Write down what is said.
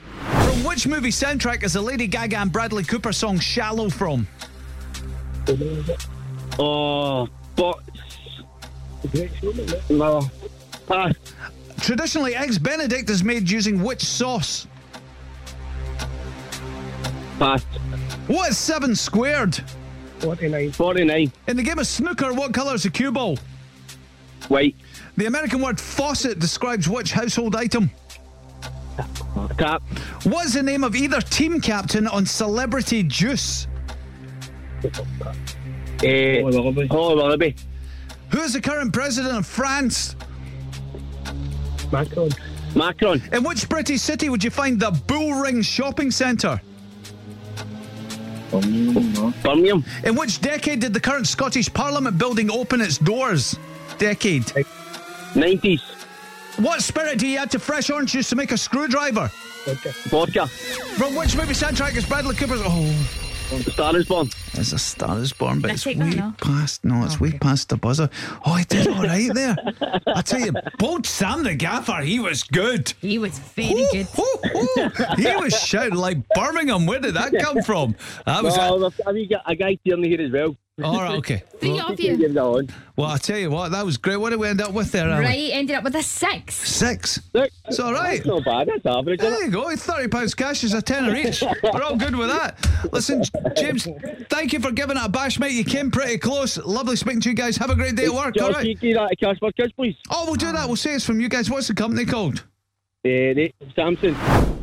From which movie soundtrack is the Lady Gaga and Bradley Cooper song Shallow from? Oh, but no. Oh, Pass. Traditionally, Eggs Benedict is made using which sauce? Pass. What is 7 squared? 49. 49. In the game of snooker, what colour is the cue ball? White. The American word faucet describes which household item? Tap. What is the name of either team captain on Celebrity Juice? Eh, oh, Willoughby. Who is the current president of France? Macron. Macron. In which British city would you find the Bullring Shopping Centre? Birmingham. In which decade did the current Scottish Parliament building open its doors? Decade. 90s. What spirit do you add to fresh orange juice to make a screwdriver? Vodka. From which movie soundtrack is Bradley Cooper's? Oh, Star is born. it's a Star Is Born, but I it's way take that now? past. No, it's way Okay. past the buzzer. Oh, he did all right there. I tell you, bold Sam the Gaffer, he was good. He was very good. Hoo, hoo, hoo. He was shouting like Birmingham. Where did that come from? That was Oh, I've- I've got a guy here here as well. all right. Okay. Three of Give you. it on. Well, I tell you what, that was great. What did we end up with there? Alan? Right, ended up with a six. Six. Look, It's all right. That's not bad. That's average. isn't There you go. Thirty pounds cash is a tenner each. We're all good with that. Listen, James, thank you for giving it a bash, mate. You came pretty close. Lovely speaking to you guys. Have a great day at it? work. All Josh, can you right. give that a cash for kids, please? Oh, we'll do that. We'll say it's from you guys. What's the company called? Eh, Nate Samson.